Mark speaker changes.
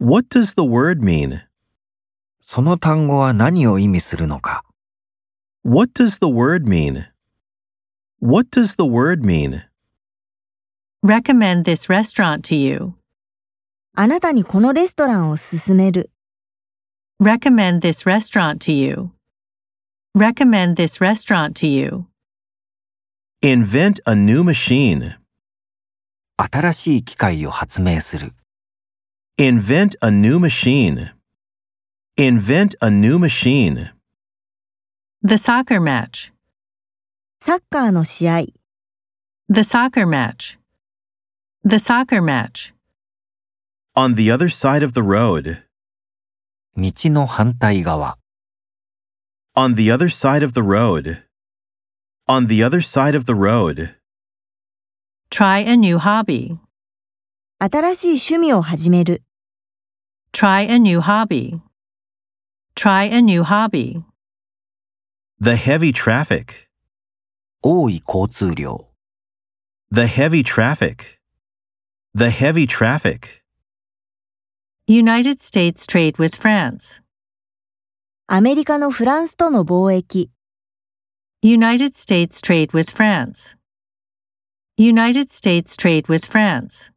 Speaker 1: What does the word mean?
Speaker 2: その単語は何を意味するのか
Speaker 1: What does the word mean? What does the word mean?
Speaker 3: Recommend this restaurant to you.
Speaker 4: あなたにこのレストランを勧める。
Speaker 3: Recommend this restaurant to you. Recommend this restaurant to you.
Speaker 1: Invent a new machine.
Speaker 2: 新しい機械を発明する
Speaker 1: Invent a new machine. Invent a new machine.
Speaker 3: The soccer match.
Speaker 4: サッカーの試合。
Speaker 3: The soccer match. The soccer match.
Speaker 1: On the other side of the road.
Speaker 2: 道の反対側
Speaker 1: On the other side of the road. On the other side of the road.
Speaker 3: Try a new hobby.
Speaker 4: 新しい趣味を始める。
Speaker 3: Try a new hobby. Try a new hobby.
Speaker 1: The heavy traffic.
Speaker 2: 多い交通量
Speaker 1: The heavy traffic. The heavy traffic.
Speaker 3: United States trade with France.
Speaker 4: アメリカのフランスとの貿易。
Speaker 3: United States trade with France. United States trade with France.